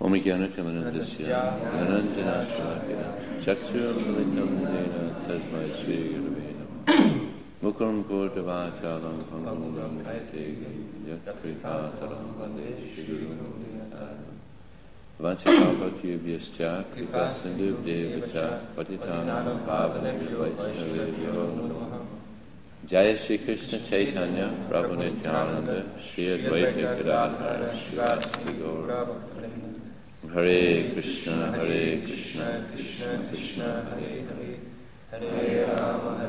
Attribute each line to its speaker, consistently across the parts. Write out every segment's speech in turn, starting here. Speaker 1: Omikyanakamanam dasya, Dhananjana shalakya, Chakshuramalikamadeya, Tasmai Shri Gurave Namaha. Mukam Kordavachalam Pangamudam Hategi, Yatripataram Vande Shri Guru Vanchakapatibhyascha, Kripasindhubdevacha, Patitanam Pavanebhyo Vaishnavebhyo Namaha. Jaya Shri Krishna Chaitanya, Prabhu Nityananda, Shri Advaita Gadadhara, Shivasti Gaura. Hare Krishna, Hare Krishna, Krishna Krishna, Hare Hare,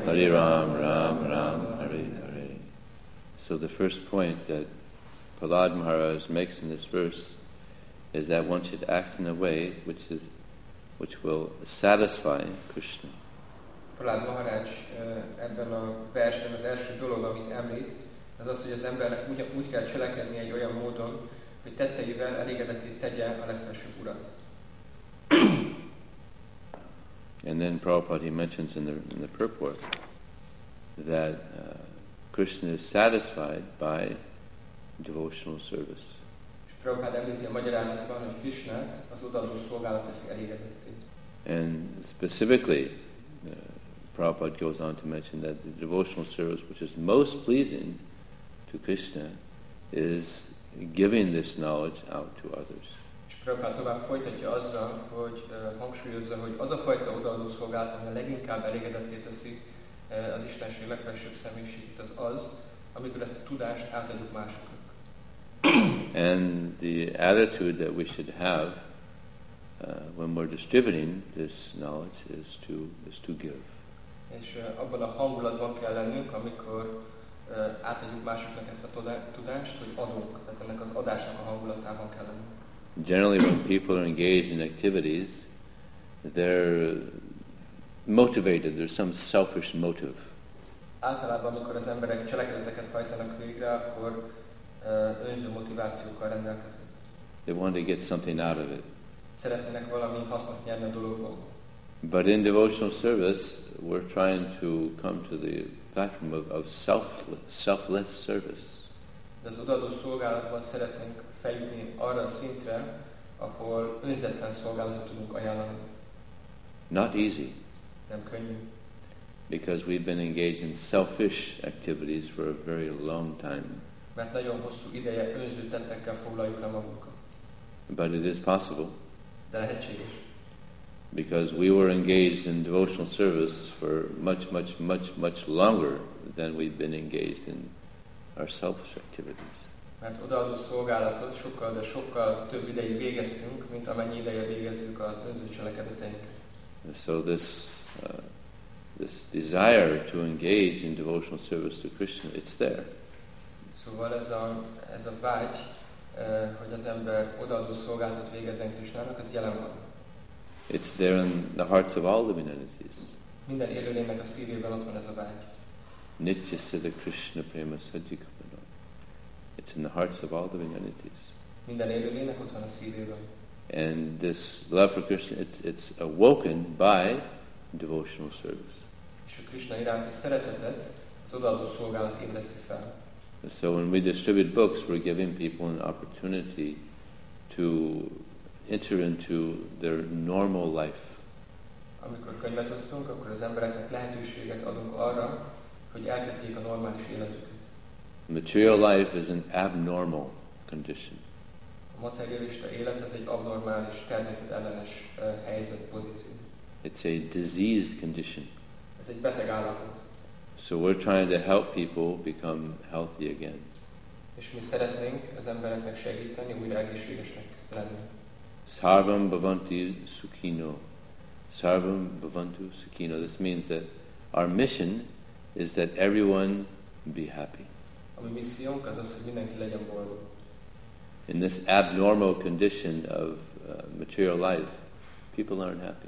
Speaker 1: Hare Ram, Ram Ram, Hare Hare. So the first point that Prahlad Maharaj makes in this verse is that one should act in a way which is which will satisfy Krishna.
Speaker 2: Pralád Maharács ö, eh, ebben a versben az első dolog, amit említ, az az, hogy az embernek úgy, úgy kell cselekedni egy olyan módon, hogy tetteivel elégedetté tegye a legfelsőbb urat.
Speaker 1: And then Prabhupada he mentions in the, in the purport that uh, Krishna is satisfied by devotional service.
Speaker 2: És Prabhupád említi a magyarázatban, hogy Krisnát az odaadó szolgálat teszi elégedetté.
Speaker 1: And specifically, uh, Prabhupada goes on to mention that the devotional service which is most pleasing to Krishna is giving this knowledge out to others.
Speaker 2: És Prabhupád tovább folytatja azzal, hogy ö, hangsúlyozza, hogy az a fajta odaadó szolgálat, ami a leginkább elégedetté teszi ö, az Istenség legfelsőbb személyiségét, az az, amikor ezt a tudást átadjuk másoknak.
Speaker 1: And the attitude that we should have uh, when we're distributing this knowledge is to, is to give.
Speaker 2: És ö, abban a hangulatban kell lennünk, amikor ö, átadjuk másoknak ezt a tudá- tudást, hogy adunk. Tehát ennek az adásnak a hangulatában kell lennünk.
Speaker 1: Generally, when people are engaged in activities, they're motivated, there's some selfish motive.
Speaker 2: Általában, amikor az emberek cselekedeteket hajtanak végre, akkor ö, önző motivációkkal rendelkeznek.
Speaker 1: They want to get something out of it.
Speaker 2: Szeretnének valami hasznot nyerni a dologból.
Speaker 1: But in devotional service, we're trying to come to the platform of, of selfless, selfless service.
Speaker 2: De az odaadó szolgálatban szeretnénk feljutni arra a szintre, ahol önzetlen szolgálatot tudunk ajánlani.
Speaker 1: Not easy,
Speaker 2: Nem könnyű,
Speaker 1: because we've been engaged in selfish activities for a very long time.
Speaker 2: mert nagyon hosszú ideje önző tettekkel foglaljuk le magunkat.
Speaker 1: But it is possible,
Speaker 2: De lehetséges.
Speaker 1: because we were engaged in devotional service for much, much, much, much longer than we've been engaged in our selfish activities.
Speaker 2: Mert odaadó szolgálatot sokkal, de sokkal több ideig végeztünk, mint amennyi ideje végezzük az önző cselekedeteinket.
Speaker 1: And so this, uh, this desire to engage in devotional service to Krishna, it's there.
Speaker 2: Szóval ez a, ez a vágy, eh, hogy az ember odaadó szolgálatot végezzen Krisnának, az jelen van.
Speaker 1: It's there in the hearts of all living entities.
Speaker 2: Minden élőlénynek a szívében ott van ez a vágy.
Speaker 1: Nitya Siddha Krishna Prema Sajjikamana. It's in the hearts of all living entities.
Speaker 2: Minden élőlénynek ott van a szívében.
Speaker 1: And this love for Krishna, it's, it's awoken by devotional service.
Speaker 2: És a Krishna iránti szeretetet az odaadó szolgálat ébreszti fel.
Speaker 1: And so when we distribute books, we're giving people an opportunity to enter into their normal life.
Speaker 2: Amikor könyvet osztunk, akkor az embereknek lehetőséget adunk arra, hogy elkezdjék a normális életüket.
Speaker 1: Material life is an abnormal condition.
Speaker 2: A materialista élet az egy abnormális, természetellenes eh, helyzet, pozíció.
Speaker 1: It's a diseased condition.
Speaker 2: Ez egy beteg állapot.
Speaker 1: So we're trying to help people become healthy again.
Speaker 2: És mi szeretnénk az embereknek segíteni, újra egészségesnek lenni.
Speaker 1: Sarvam bhavanti sukhino. Sarvam bhavantu sukhino. This means that our mission is that everyone be happy.
Speaker 2: A mi missziónk az az, hogy mindenki legyen boldog.
Speaker 1: In this abnormal condition of uh, material life, people aren't happy.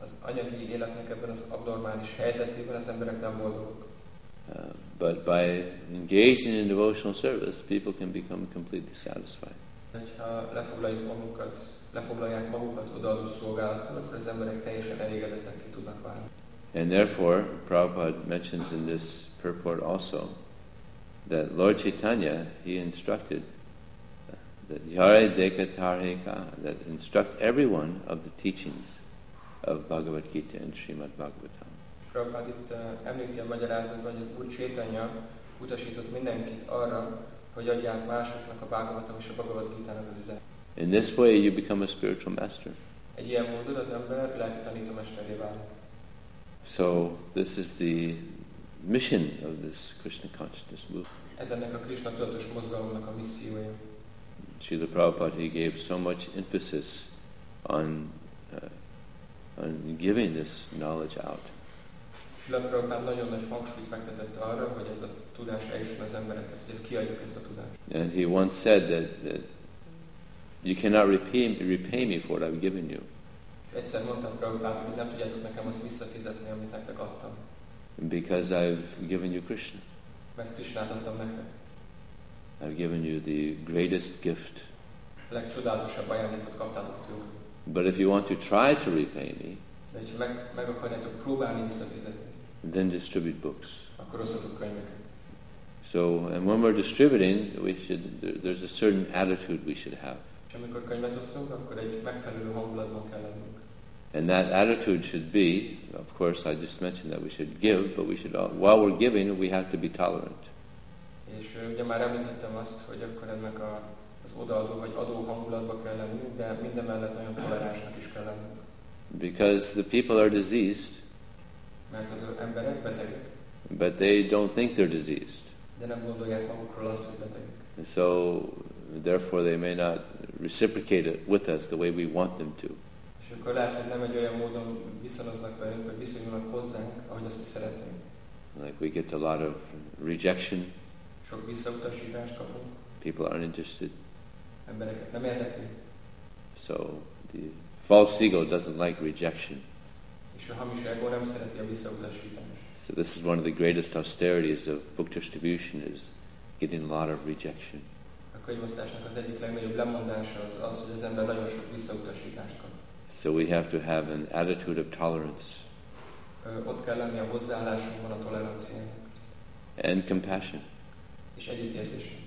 Speaker 2: Az anyagi életnek ebben az abnormális helyzetében az emberek nem boldogok.
Speaker 1: Uh, but by engaging in devotional service, people can become completely satisfied.
Speaker 2: Hogyha lefoglaljuk magunkat, lefoglalják magukat odaadó szolgálattal, akkor az emberek teljesen elégedettek ki tudnak válni.
Speaker 1: And therefore, Prabhupada mentions in this purport also that Lord Chaitanya, he instructed uh, that Yare Deka Tarheka, that instruct everyone of the teachings of Bhagavad Gita and Srimad Bhagavatam.
Speaker 2: Prabhupád itt eh, említi a magyarázatban, hogy az Úr Csétanya utasított mindenkit arra, hogy adják másoknak a Bhagavatam és a Bhagavad Gita-nak az üzenet.
Speaker 1: In this way, you become a spiritual master.
Speaker 2: Egy ilyen módon az ember lelki tanítómesteré válik.
Speaker 1: So, this is the mission of this Krishna consciousness movement.
Speaker 2: Ez ennek a Krishna tudatos mozgalomnak a missziója.
Speaker 1: Srila Prabhupada, he gave so much emphasis on, uh, on giving this knowledge out.
Speaker 2: Sila Prabhupád nagyon nagy hangsúlyt fektetett arra, hogy ez a tudás eljusson az emberekhez, hogy ezt kiadjuk ezt a tudást.
Speaker 1: And he once said that, that you cannot repay, repay me for what I've given you.
Speaker 2: És egyszer mondta Prabhupád, hogy nem tudjátok nekem azt visszafizetni, amit nektek adtam,
Speaker 1: Because I've given you Krishna.
Speaker 2: mert Krishnát adtam nektek.
Speaker 1: I've given you the greatest gift.
Speaker 2: A legcsodálatosabb ajándékot kaptátok tőlem.
Speaker 1: But if you want to try to repay me,
Speaker 2: De hogyha meg, meg akarjátok próbálni visszafizetni,
Speaker 1: then distribute books.
Speaker 2: akkor osszatok könyveket.
Speaker 1: So, and when we're distributing, we should, there- there's a certain attitude we should have.
Speaker 2: És amikor könyvet osztunk, akkor egy megfelelő hangulatban kell lennünk.
Speaker 1: And that attitude should be, of course, I just mentioned that we should give, but we should, al- while we're giving, we have to be tolerant.
Speaker 2: És ö, ugye már említettem azt, hogy akkor ennek a, az odaadó vagy adó hangulatba kell lennünk, de mindemellett nagyon toleránsnak is kell lennünk.
Speaker 1: Because the people are diseased,
Speaker 2: Mert az emberek betegek,
Speaker 1: but they don't think they're diseased.
Speaker 2: de nem gondolják magukról azt, hogy betegek.
Speaker 1: And so, therefore, they may not reciprocate it with us the way we want them to.
Speaker 2: És akkor lehet, hogy nem egy olyan módon viszonoznak velünk, vagy viszonyulnak hozzánk, ahogy azt mi szeretnénk.
Speaker 1: Like, we get a lot of rejection,
Speaker 2: Sok visszautasítást kapunk,
Speaker 1: people aren't interested.
Speaker 2: embereket nem érdekli,
Speaker 1: So, the false ego doesn't like rejection.
Speaker 2: és a hamis ego nem szereti a visszautasítást.
Speaker 1: So this is one of the greatest austerities of book distribution is getting a lot of rejection.
Speaker 2: A könyvosztásnak az egyik legnagyobb lemondása az az, hogy az ember nagyon sok visszautasítást kap.
Speaker 1: So we have to have an attitude of tolerance
Speaker 2: Ö, Ott kell lenni a hozzáállásunkban a toleranciának
Speaker 1: and compassion.
Speaker 2: és együttérzésnek.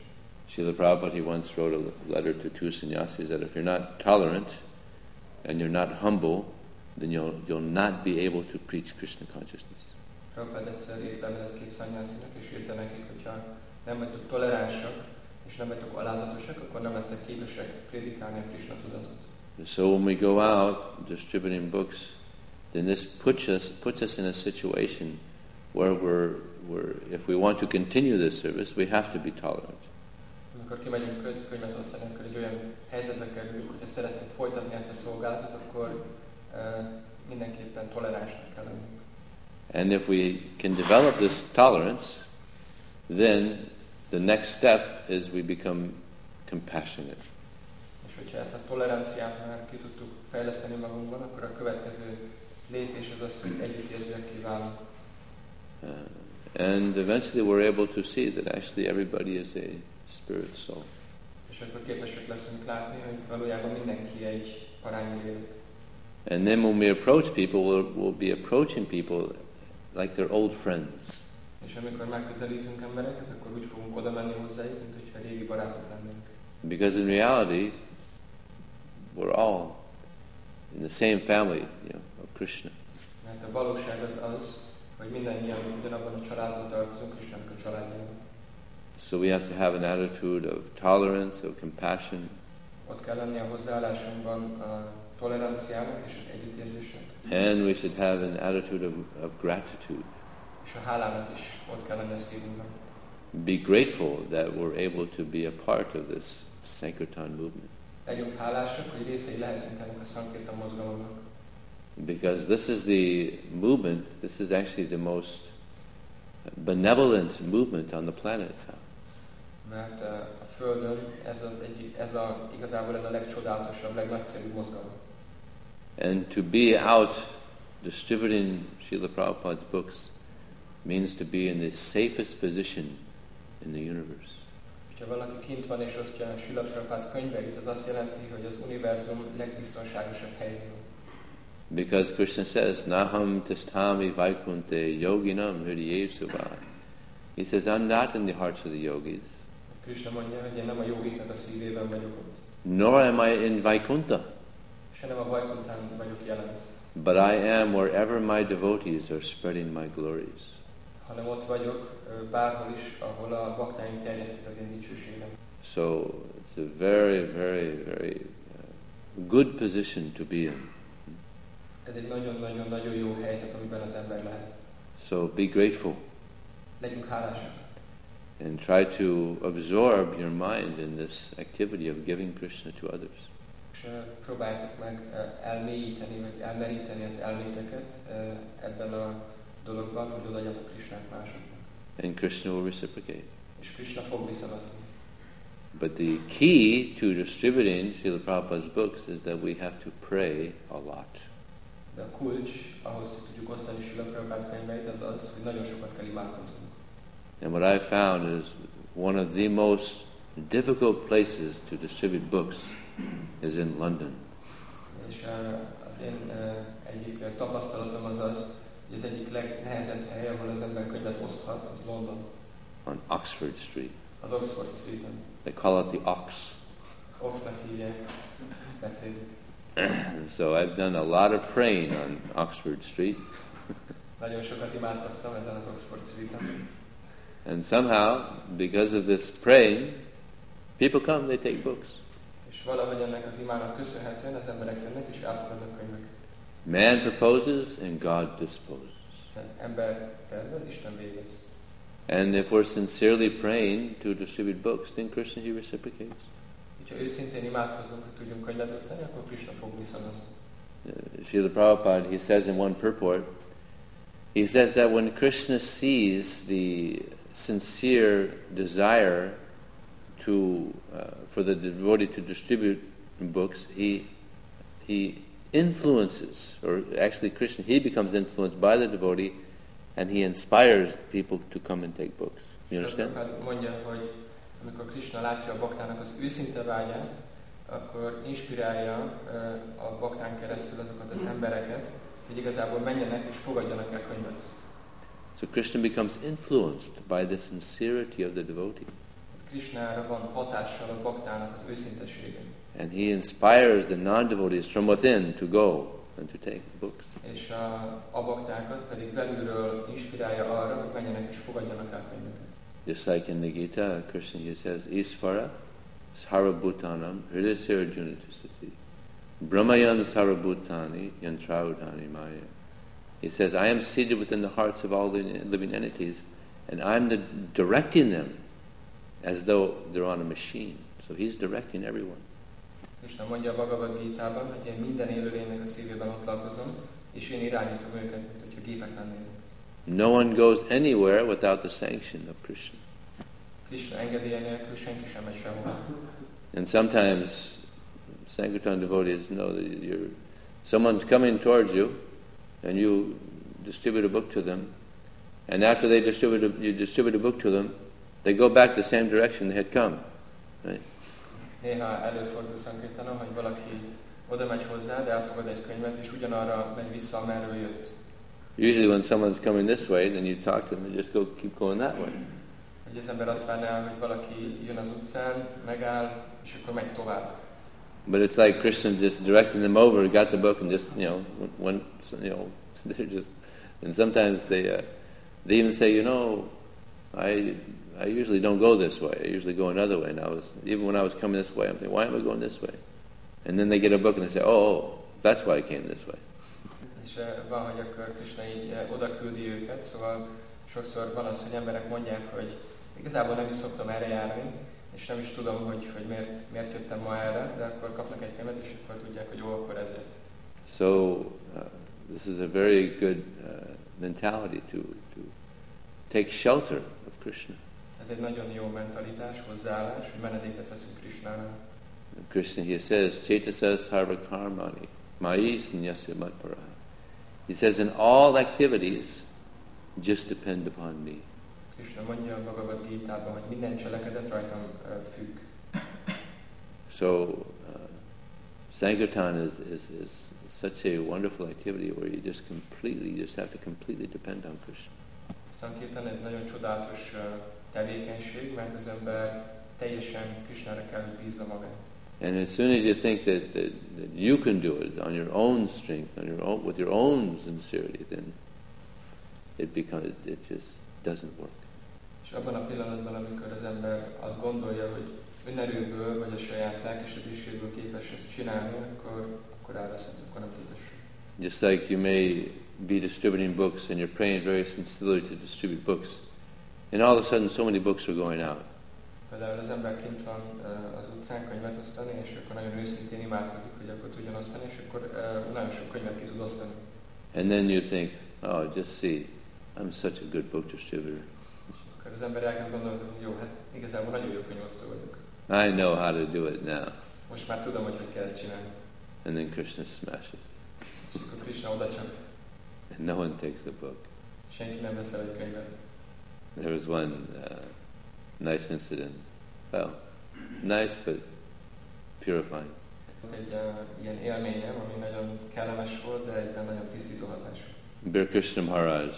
Speaker 1: Srila Prabhupada he once wrote a letter to two sannyasis that if you're not tolerant and you're not humble, then you'll, you'll not be able to preach Krishna consciousness.
Speaker 2: Prabhupád egyszer írt levelet két szanyászinak, és írta nekik, hogyha nem vagytok toleránsak, és nem vagytok alázatosak, akkor nem lesztek képesek prédikálni a Krishna tudatot.
Speaker 1: So when we go out distributing books, then this puts us puts us in a situation where we're, we're if we want to continue this service, we have to be tolerant.
Speaker 2: Amikor kimegyünk kö- könyvet osztani, akkor egy olyan helyzetbe kerülünk, hogyha szeretnénk folytatni ezt a szolgálatot, akkor e, mindenképpen toleránsnak kell lennünk.
Speaker 1: And if we can develop this tolerance, then the next step is we become compassionate.
Speaker 2: És hogyha ezt a toleranciát már ki tudtuk fejleszteni magunkban, akkor a következő lépés az az, hogy együttérzőek kívánunk.
Speaker 1: Uh, and eventually we're able to see that actually everybody is a spirit soul.
Speaker 2: És akkor képesek leszünk látni, hogy valójában mindenki egy parányi lélek.
Speaker 1: And then when we approach people, we'll, we'll be approaching people like they're old friends.
Speaker 2: És amikor megközelítünk embereket, akkor úgy fogunk oda menni hozzájuk, mint hogyha régi barátok lennénk.
Speaker 1: Because in reality, we're all in the same family you know, of Krishna.
Speaker 2: Mert a valóság az az, hogy mindannyian ugyanabban a családban tartozunk, és nem a családjában.
Speaker 1: So we have to have an attitude of tolerance, of compassion,
Speaker 2: Ott kell lenni a hozzáállásunkban a toleranciának és az együttérzésnek.
Speaker 1: And we should have an attitude of, of gratitude.
Speaker 2: És a hálának is ott kell lenni a szívünkben.
Speaker 1: Be grateful that we're able to be a part of this Sankirtan movement.
Speaker 2: Legyünk hálásak, hogy részei lehetünk ennek a Sankirtan mozgalomnak.
Speaker 1: Because this is the movement, this is actually the most benevolent movement on the planet now.
Speaker 2: Mert eh, a Földön ez, az egyik, ez a, igazából ez a legcsodálatosabb, legnagyszerűbb mozgalom.
Speaker 1: And to be out distributing Srila Prabhupada's books means to be in the safest position in the universe.
Speaker 2: Ha valaki kint van és osztja a Sila Prabhupád könyveit, az azt jelenti, hogy az univerzum legbiztonságosabb helyén van.
Speaker 1: Because Krishna says, Naham tastami vaikunte yoginam hrideyesuva. He says, I'm not in the hearts of the yogis.
Speaker 2: Krishna mondja, hogy én nem a jogiknak a szívében vagyok ott,
Speaker 1: nor am I in Vaikunta,
Speaker 2: se nem a Vajkuntán vagyok jelen,
Speaker 1: but I am wherever my devotees are spreading my glories.
Speaker 2: hanem ott vagyok ö, bárhol is, ahol a baktáim terjesztik az én dicsőségem.
Speaker 1: So it's a very, very, very uh, good position to be in.
Speaker 2: Ez egy nagyon-nagyon-nagyon jó helyzet, amiben az ember lehet.
Speaker 1: So be grateful
Speaker 2: Legyünk hálásak,
Speaker 1: and try to absorb your mind in this activity of giving Krishna to others.
Speaker 2: és ö, próbáljátok meg ö, elmélyíteni, vagy elmeríteni az elméteket ö, ebben a dologban, hogy odaadjatok Krisnát másoknak.
Speaker 1: And Krishna will reciprocate.
Speaker 2: És Krishna fog visszavazni.
Speaker 1: But the key to distributing Srila Prabhupada's books is that we have to pray a lot.
Speaker 2: De a kulcs ahhoz, hogy tudjuk osztani Sula Prabhupád könyveit, az az, hogy nagyon sokat kell imádkoznunk.
Speaker 1: And what I found is one of the most difficult places to distribute books is in London.
Speaker 2: És ö, az én ö, egyik ö, tapasztalatom az az, hogy az egyik legnehezebb hely, ahol az ember könyvet oszthat, az London,
Speaker 1: on Oxford Street.
Speaker 2: az Oxford Street-en.
Speaker 1: They call it the Ox.
Speaker 2: Oxnak hívják, becézik.
Speaker 1: So I've done a lot of praying on Oxford Street,
Speaker 2: Nagyon sokat imádkoztam ezen az Oxford Street-en.
Speaker 1: and somehow, because of this praying, people come, they take books.
Speaker 2: És valahogy ennek az imának köszönhetően az emberek jönnek és elfogadnak könyveket.
Speaker 1: Man proposes and God disposes.
Speaker 2: Ember tervez, Isten végez.
Speaker 1: And if we're sincerely praying to distribute books, then Krishna Ji reciprocates.
Speaker 2: Hogyha őszintén imádkozunk, hogy tudjunk könyvet osztani, akkor Krishna fog viszonozni.
Speaker 1: Uh, Srila Prabhupada, he says in one purport, he says that when Krishna sees the sincere desire to, uh, for the devotee to distribute books, he, he influences, or actually Krishna, he becomes influenced by the devotee and he inspires people to come and take books. You understand?
Speaker 2: Prabhupád mondja, hogy amikor Krishna látja a baktának az őszinte vágyát, akkor inspirálja ö, a baktán keresztül azokat az embereket, hogy igazából menjenek és fogadjanak el könyvet.
Speaker 1: So Krishna becomes influenced by the sincerity of the devotee.
Speaker 2: Krishnára van hatással a baktának az őszintesége,
Speaker 1: And he inspires the non-devotees from within to go and to take books.
Speaker 2: és a, a baktákat pedig belülről inspirálja arra, hogy menjenek és fogadjanak el könyveket.
Speaker 1: Just like in the Gita, Krishna he says, Isvara sarabhutanam hridasarajuna tisati brahmayan sarabhutani yantraudani maya. He says, I am seated within the hearts of all the living entities and I'm the, directing them as though they're on a machine. So he's directing everyone.
Speaker 2: Krishna mondja a Bhagavad Gita-ban, hogy én minden élőlénynek a szívében ott lakozom, és én irányítom őket, mint hogyha gépek lennének.
Speaker 1: No one goes anywhere without the sanction of Krishna.
Speaker 2: Krishna engedélye nélkül senki sem megy sehova.
Speaker 1: And sometimes Sankirtan devotees know that you're, someone's coming towards you and you distribute a book to them. And after they distribute a, you distribute a book to them, they go back the same direction they had come.
Speaker 2: Néha előfordul szankirtanom, hogy valaki oda megy hozzá, de elfogad egy könyvet, és ugyanarra megy vissza, amerről jött.
Speaker 1: Usually when someone's coming this way, then you talk to them and just go keep going that way.
Speaker 2: Hogy az ember azt várná, hogy valaki jön az utcán, megáll, és akkor megy tovább.
Speaker 1: But it's like Krishna just directing them over, got the book, and just you know, one you know, they're just. And sometimes they uh, they even say, you know, I I usually don't go this way. I usually go another way. And I was even when I was coming this way, I'm thinking, why am I going this way? And then they get a book and they say, oh, that's why I came this way.
Speaker 2: És eh, van, hogy akkor Krishna így eh, oda küldi őket, szóval sokszor van az, hogy emberek mondják, hogy igazából nem is szoktam erre járni, és nem is tudom, hogy, hogy miért, miért jöttem ma erre, de akkor kapnak egy könyvet, és akkor tudják, hogy jó, akkor ezért.
Speaker 1: So uh, this is a very good uh, mentality to to take shelter of Krishna.
Speaker 2: Ez egy nagyon jó mentalitás, hozzáállás, hogy menedéket veszünk Krisnánál.
Speaker 1: Krishna here says, Chetasas sarva karmani, mayi sanyasya matpara. He says, in all activities, just depend upon me.
Speaker 2: Krishna mondja a Bhagavad Gita-ban, hogy minden cselekedet rajtam ö, függ.
Speaker 1: So, uh, Sankirtan is, is, is such a wonderful activity where you just completely, you just have to completely depend on Krishna.
Speaker 2: Sankirtan egy nagyon csodálatos ö, tevékenység, mert eh, az ember teljesen Krishnára kell, hogy bízza magát.
Speaker 1: And as soon as you think that, that, that you can do it on your own strength, on your own, with your own sincerity, then it becomes it, it just doesn't work.
Speaker 2: És abban a pillanatban, amikor az ember azt gondolja, hogy önerőből vagy a saját lelkesedéséből képes ezt csinálni, akkor, akkor elveszett, akkor nem képes.
Speaker 1: Just like you may be distributing books and you're praying very sincerely to distribute books, and all of a sudden so many books are going out.
Speaker 2: Például az ember kint van eh, az utcán könyvet osztani, és akkor nagyon őszintén imádkozik, hogy akkor tudjon osztani, és akkor eh, nagyon sok könyvet ki tud osztani.
Speaker 1: And then you think, oh, just see, I'm such a good book distributor.
Speaker 2: Akkor az ember elkezd gondolni, hogy jó, hát igazából nagyon jó könyvosztó vagyok.
Speaker 1: I know how to do it now.
Speaker 2: Most már tudom, hogy hogy kell ezt csinálni.
Speaker 1: And then Krishna smashes,
Speaker 2: És akkor Krishna oda csak
Speaker 1: and no one takes the book.
Speaker 2: senki nem veszel egy könyvet.
Speaker 1: There was one uh, nice incident. Well, nice but purifying.
Speaker 2: Volt egy eh, ilyen élményem, ami nagyon kellemes volt, de egyben nagyon tisztító hatású.
Speaker 1: Bir Krishna Maharaj.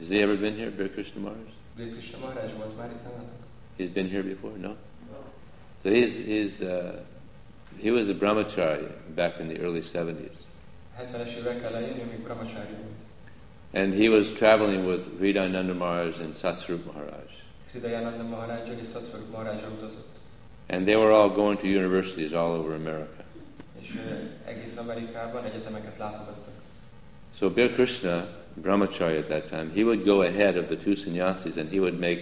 Speaker 1: Has he ever been here, Bir Krishna Maharaj?
Speaker 2: Dél Krishna Maharaj volt már itt nálatok?
Speaker 1: He's been here before, no? So he's, he's, uh, he was a brahmacharya back in the early 70s.
Speaker 2: 70-es évek elején, ő még brahmacsári volt.
Speaker 1: And he was traveling with Hridayananda Maharaj and Satsarup Maharaj.
Speaker 2: Hridayananda Maharajjal és Szatszvaruk Maharajjal utazott.
Speaker 1: And they were all going to universities all over America.
Speaker 2: És ö, egész Amerikában egyetemeket látogattak.
Speaker 1: So Bir Krishna, brahmacharya at that time, he would go ahead of the two sannyasis and he would make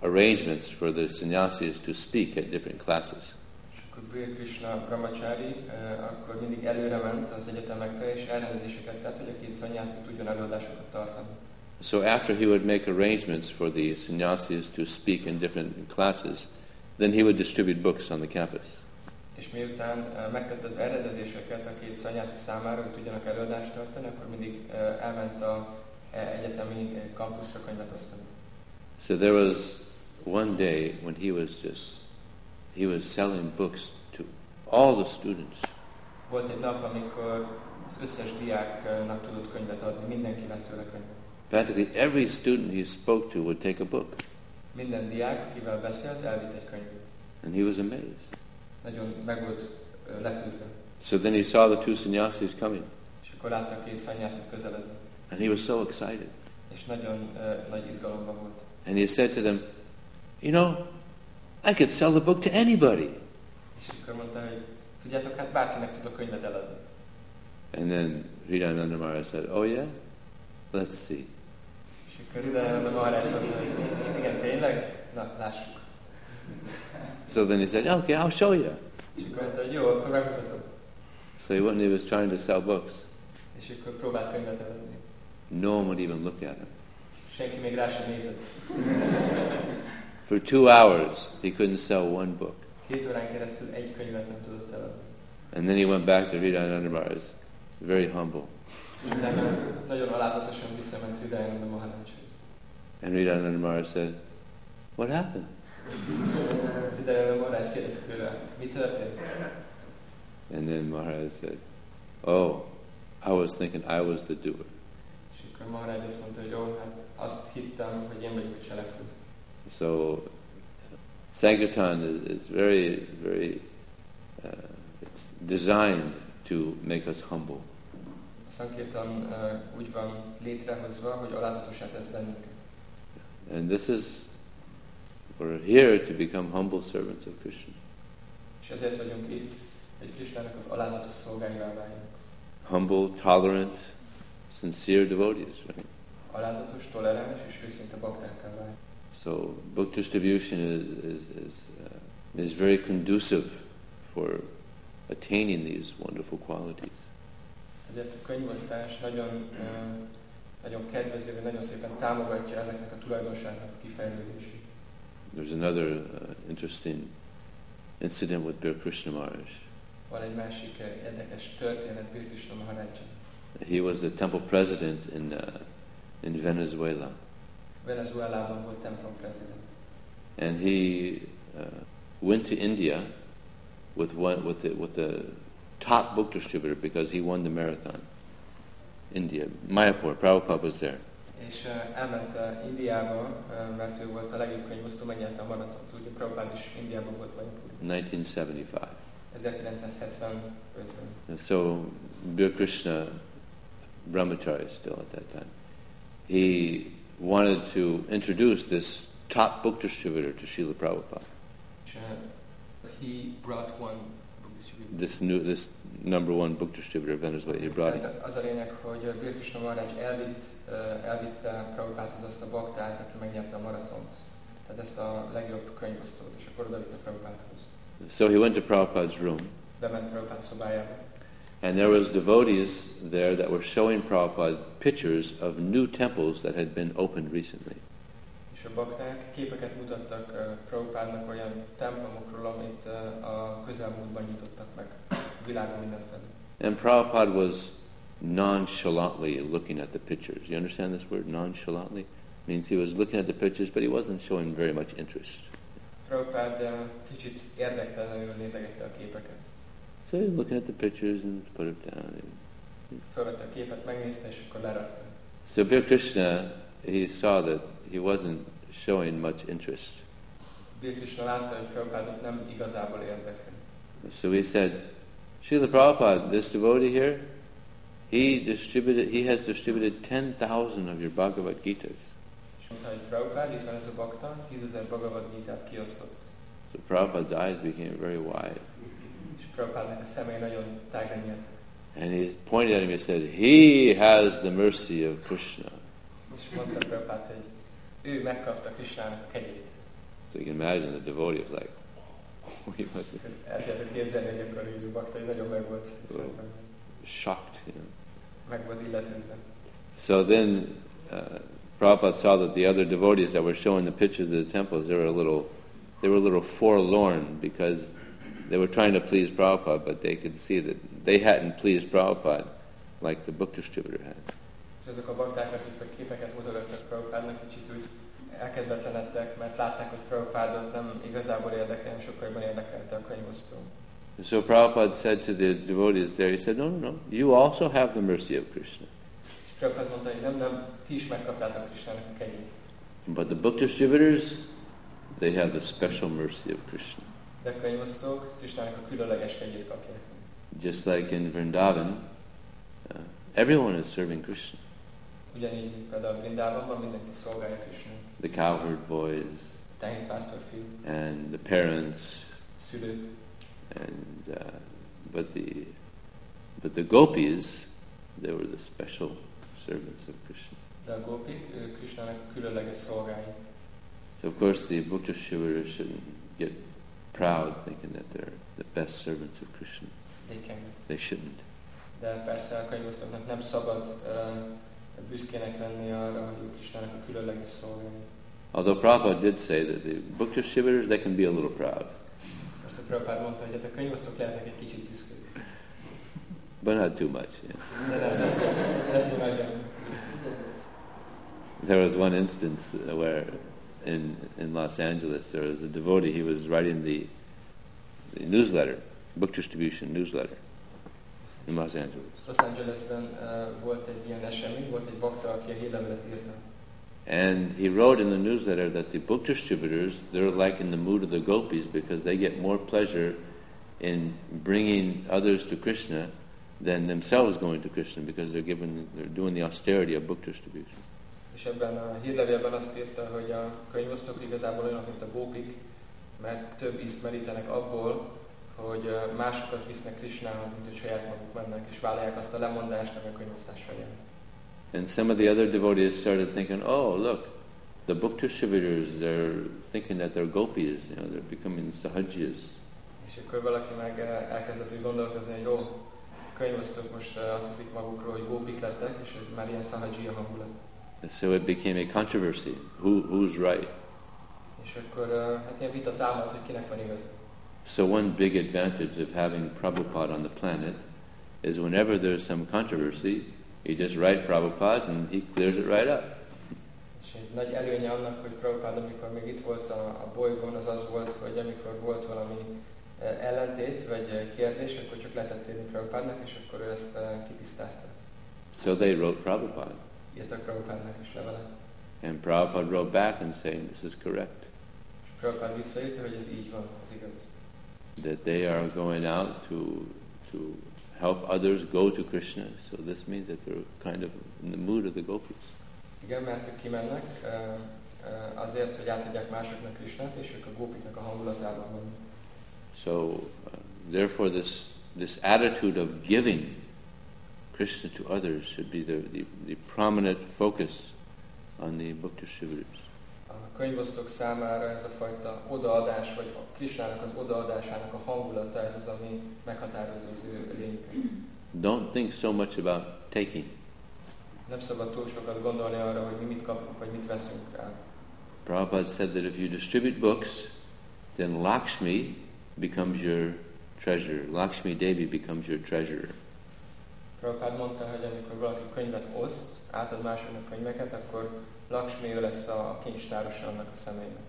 Speaker 1: arrangements for the sannyasis to speak at different classes.
Speaker 2: És akkor Bhil Krishna Brahmacsári ö, akkor mindig előre ment az egyetemekre, és ellenőrzéseket tett, hogy a két szanyászi tudjon előadásokat tartani.
Speaker 1: So after he would make arrangements for the sannyasis to speak in different classes, then he would distribute books on the campus.
Speaker 2: És miután ö, megtette az eredezéseket a két szanyászi számára, hogy tudjanak előadást tartani, akkor mindig ö, elment a ö, egyetemi ö, kampuszra könyvet osztani.
Speaker 1: So there was one day when he was just, he was selling books to all the students.
Speaker 2: Volt egy nap, amikor az összes diáknak tudott könyvet adni, mindenki vett tőle könyvet.
Speaker 1: Practically every student he spoke to would take a book,
Speaker 2: Minden diák, akivel beszélt, elvitt egy könyvet.
Speaker 1: and he was amazed.
Speaker 2: Nagyon meg volt ö, lepődve.
Speaker 1: So then he saw the two sannyasis coming,
Speaker 2: És akkor látta két szanyászit közeledni.
Speaker 1: and he was so excited.
Speaker 2: És nagyon ö, nagy izgalomban volt.
Speaker 1: And he said to them, You know, I could sell the book to anybody.
Speaker 2: És akkor mondta, hogy tudjátok, hát bárkinek tudok könyvet eladni.
Speaker 1: And then Ridananda Maharaj said, Oh yeah? Let's see.
Speaker 2: És akkor ide jön a Maharaj mondta, hogy igen, tényleg? Na, lássuk.
Speaker 1: So then he said, Okay, I'll show you.
Speaker 2: És akkor mondta, hogy jó, akkor megmutatom.
Speaker 1: So he went and he was trying to sell books.
Speaker 2: És akkor próbált könyvet eladni.
Speaker 1: No one would even look at him.
Speaker 2: Senki még rá sem nézett.
Speaker 1: For two hours, he couldn't sell one book.
Speaker 2: Két órán keresztül egy könyvet nem tudott eladni.
Speaker 1: And then he went back to Ridananda Maharaj, very humble.
Speaker 2: Utána nagyon alázatosan visszament Hridayananda Maharajhoz.
Speaker 1: And Ridananda Maharaj said, What happened?
Speaker 2: Hridayananda Maharaj kérdezte tőle, mi történt?
Speaker 1: And then Maharaj said, Oh, I was thinking I was the doer.
Speaker 2: És akkor Maharaj azt mondta, hogy jó, hát azt hittem, hogy én vagyok a cselekvő.
Speaker 1: So, Sankirtan is, is very, very, uh, it's designed to make us humble.
Speaker 2: A szankirtan ö, úgy van létrehozva, hogy hát alázatosá tesz bennünket.
Speaker 1: And this is, we're here to become humble servants of Krishna.
Speaker 2: És ezért vagyunk itt, hogy Krisnának az alázatos szolgáivá váljunk.
Speaker 1: Humble, tolerant, sincere devotees, right?
Speaker 2: Alázatos, toleráns és őszinte baktákká váljunk.
Speaker 1: So book distribution is, is, is, uh, is very conducive for attaining these wonderful qualities.
Speaker 2: Ezért a könyvosztás nagyon, ö, nagyon kedvező, vagy nagyon szépen támogatja ezeknek a tulajdonságnak a kifejlődését.
Speaker 1: There's another uh, interesting incident with Bir Krishna Maharaj.
Speaker 2: Van egy másik eh, érdekes történet Bir Krishna Maharajja.
Speaker 1: He was the temple president in, uh, in Venezuela,
Speaker 2: Venezuelában volt templom prezident.
Speaker 1: and he uh, went to India with, one, with, the, with the top book distributor because he won the marathon. India, Mayapur, Prabhupada was there.
Speaker 2: és eh, elment eh, Indiába, eh, mert ő volt a legjobb könyvosztó, megnyerte a maratont, ugye Prabhupád is Indiában volt Manipur
Speaker 1: 1975.
Speaker 2: 1975-ben.
Speaker 1: And so Bir Krishna Brahmacharya still at that time. He wanted to introduce this top book distributor to Srila Prabhupada.
Speaker 2: És eh, he brought one book distributor.
Speaker 1: This new this number one book distributor of Venezuela he brought him.
Speaker 2: Tehát Hát az a lényeg, hogy eh, Birkisna Marács elvitt, eh, elvitte Prabhupáthoz azt a baktát, aki megnyerte a maratont. Tehát ezt a legjobb könyvosztót, és akkor odavitte Prabhupáthoz.
Speaker 1: So he went to Prabhupada's room
Speaker 2: Bement Prabhupát szobájába,
Speaker 1: and there was devotees there that were showing Prabhupada pictures of new temples that had been opened recently.
Speaker 2: és a bakták képeket mutattak eh, Prabhupádnak olyan templomokról, amit eh, a közelmúltban nyitottak meg a világon mindenfelé.
Speaker 1: And Prabhupada was nonchalantly looking at the pictures. You understand this word, nonchalantly? means he was looking at the pictures, but he wasn't showing very much interest.
Speaker 2: Prabhupád eh, kicsit érdektelenül nézegette a képeket.
Speaker 1: So he was looking at the pictures and put it down.
Speaker 2: Fölvette a képet, megnézte, és akkor lerakta.
Speaker 1: So Bir Krishna, he saw that he wasn't showing much interest.
Speaker 2: Birkisna látta, hogy Prabhupádot nem igazából érdekli.
Speaker 1: So he said, Srila Prabhupada, this devotee here, he distributed, he has distributed 10,000 of your Bhagavad Gitas.
Speaker 2: És mondta, hogy Prabhupád, itt van ez a bakta, tízezer Bhagavad Gita-t kiosztott.
Speaker 1: So Prabhupada's eyes became very wide.
Speaker 2: És Prabhupádnak a szemei nagyon tágra nyílt.
Speaker 1: And he pointed at him and said, He has the mercy of Krishna.
Speaker 2: És mondta Prabhupád, hogy ő megkapta Krisnának a kegyét.
Speaker 1: So you can imagine the devotee was like, oh, he was
Speaker 2: El tudjátok képzelni, hogy akkor így a bakta így nagyon meg volt, szerintem.
Speaker 1: shocked. You know.
Speaker 2: meg volt illetődve.
Speaker 1: So then uh, Prabhupada saw that the other devotees that were showing the pictures of the temples, they were a little, they were a little forlorn because they were trying to please Prabhupada, but they could see that they hadn't pleased Prabhupada like the book distributor had.
Speaker 2: És azok a bakták, akik a képeket mutogattak Prabhupádnak, kicsit úgy elkedvetlenedtek, mert látták, hogy Prabhupádot nem igazából érdekel, nem sokkal jobban érdekelte a könyvosztó.
Speaker 1: And so Prabhupada said to the devotees there, he said, no, no, no, you also have the mercy of Krishna.
Speaker 2: És Prabhupád mondta, hogy nem, nem, ti is megkaptátok Krisnának a kegyét.
Speaker 1: But the book distributors, they have the special mercy of Krishna.
Speaker 2: De a könyvosztók Krisnának a különleges kegyét kapják.
Speaker 1: Just like in Vrindavan, uh, everyone is serving Krishna.
Speaker 2: Ugyanígy, mint például Brindában mindenki szolgálja Krisnát.
Speaker 1: The cowherd boys
Speaker 2: Tenyérpásztor fiú,
Speaker 1: and the parents,
Speaker 2: szülők,
Speaker 1: and uh, but the but the gopis, they were the special servants of Krishna.
Speaker 2: de a gópik, ők Krisnának a különleges szolgái.
Speaker 1: So of course the book distributors shouldn't get proud thinking that they're the best servants of Krishna.
Speaker 2: Déken.
Speaker 1: They shouldn't.
Speaker 2: De persze a könyvosztóknak nem szabad ö, büszkének lenni arra, hogy ők Krisnának a különleges szolgái.
Speaker 1: Although Prabhupada did say that the book distributors, they can be a little proud.
Speaker 2: Persze Prabhupád mondta, hogy hát a könyvosztók lehetnek egy kicsit büszkék.
Speaker 1: But not too much. yeah.
Speaker 2: De nem, nem, nem túl nagyon.
Speaker 1: There was one instance where in, in Los Angeles there was a devotee, he was writing the, the newsletter, book distribution newsletter in Los Angeles.
Speaker 2: Los Angelesben ö, volt egy ilyen esemény, volt egy bakta, aki a hírlevelet írta.
Speaker 1: And he wrote in the newsletter that the book distributors, they're like in the mood of the gopis because they get more pleasure in bringing others to Krishna than themselves going to Krishna because they're, given, they're doing the austerity of book distribution.
Speaker 2: És ebben a hírlevélben azt írta, hogy a könyvosztók igazából olyanok, mint a gópik, mert több ízt merítenek abból, hogy ö, másokat visznek Krisnához, mint hogy saját maguk mennek, és vállalják azt a lemondást, ami a könyvosztással jár.
Speaker 1: And some of the other devotees started thinking, oh, look, the book distributors, they're thinking that they're gopis, you know, they're becoming sahajis.
Speaker 2: És akkor valaki meg eh, elkezdett úgy gondolkozni, hogy jó, a könyvosztók most eh, azt hiszik magukról, hogy gópik lettek, és ez már ilyen szahadzsia hangulat.
Speaker 1: And so it became a controversy. Who, who's right?
Speaker 2: És akkor eh, hát ilyen vita támad, hogy kinek van igaza.
Speaker 1: So one big advantage of having Prabhupada on the planet is whenever there's some controversy, you just write Prabhupada and he clears it right up.
Speaker 2: És egy nagy előnye annak, hogy Prabhupád, amikor még itt volt a, a bolygón, az az volt, hogy amikor volt valami eh, ellentét vagy eh, kérdés, akkor csak lehetett írni Prabhupádnak, és akkor ő ezt eh, kitisztázta.
Speaker 1: So they wrote Prabhupada.
Speaker 2: írtak Prabhupádnak is levelet.
Speaker 1: And Prabhupada wrote back and saying this is correct,
Speaker 2: És Prabhupád visszaírta, hogy ez így van, ez igaz.
Speaker 1: that they are going out to, to help others go to Krishna. So this means that they're kind of in the mood of the gopis.
Speaker 2: Igen, mert ők kimennek ö, ö, azért, hogy átadják másoknak Krisnát, és ők a gópiknak a hangulatában vannak.
Speaker 1: So uh, therefore this, this attitude of giving Krishna to others should be the, the, the prominent focus on the Bhakti Shivaris.
Speaker 2: A könyvosztók számára ez a fajta odaadás, vagy a Krisnának az odaadásának a hangulata, ez az, ami meghatározza az ő lényüket.
Speaker 1: Don't think so much about taking.
Speaker 2: Nem szabad túl sokat gondolni arra, hogy mi mit kapunk, vagy mit veszünk el.
Speaker 1: Prabhupada said that if you distribute books, then Lakshmi becomes your treasurer. Lakshmi Devi becomes your treasurer.
Speaker 2: Prabhupád mondta, hogy amikor valaki könyvet oszt, átad másoknak könyveket, akkor Lakshmi ő lesz a kincstárosa annak a személynek.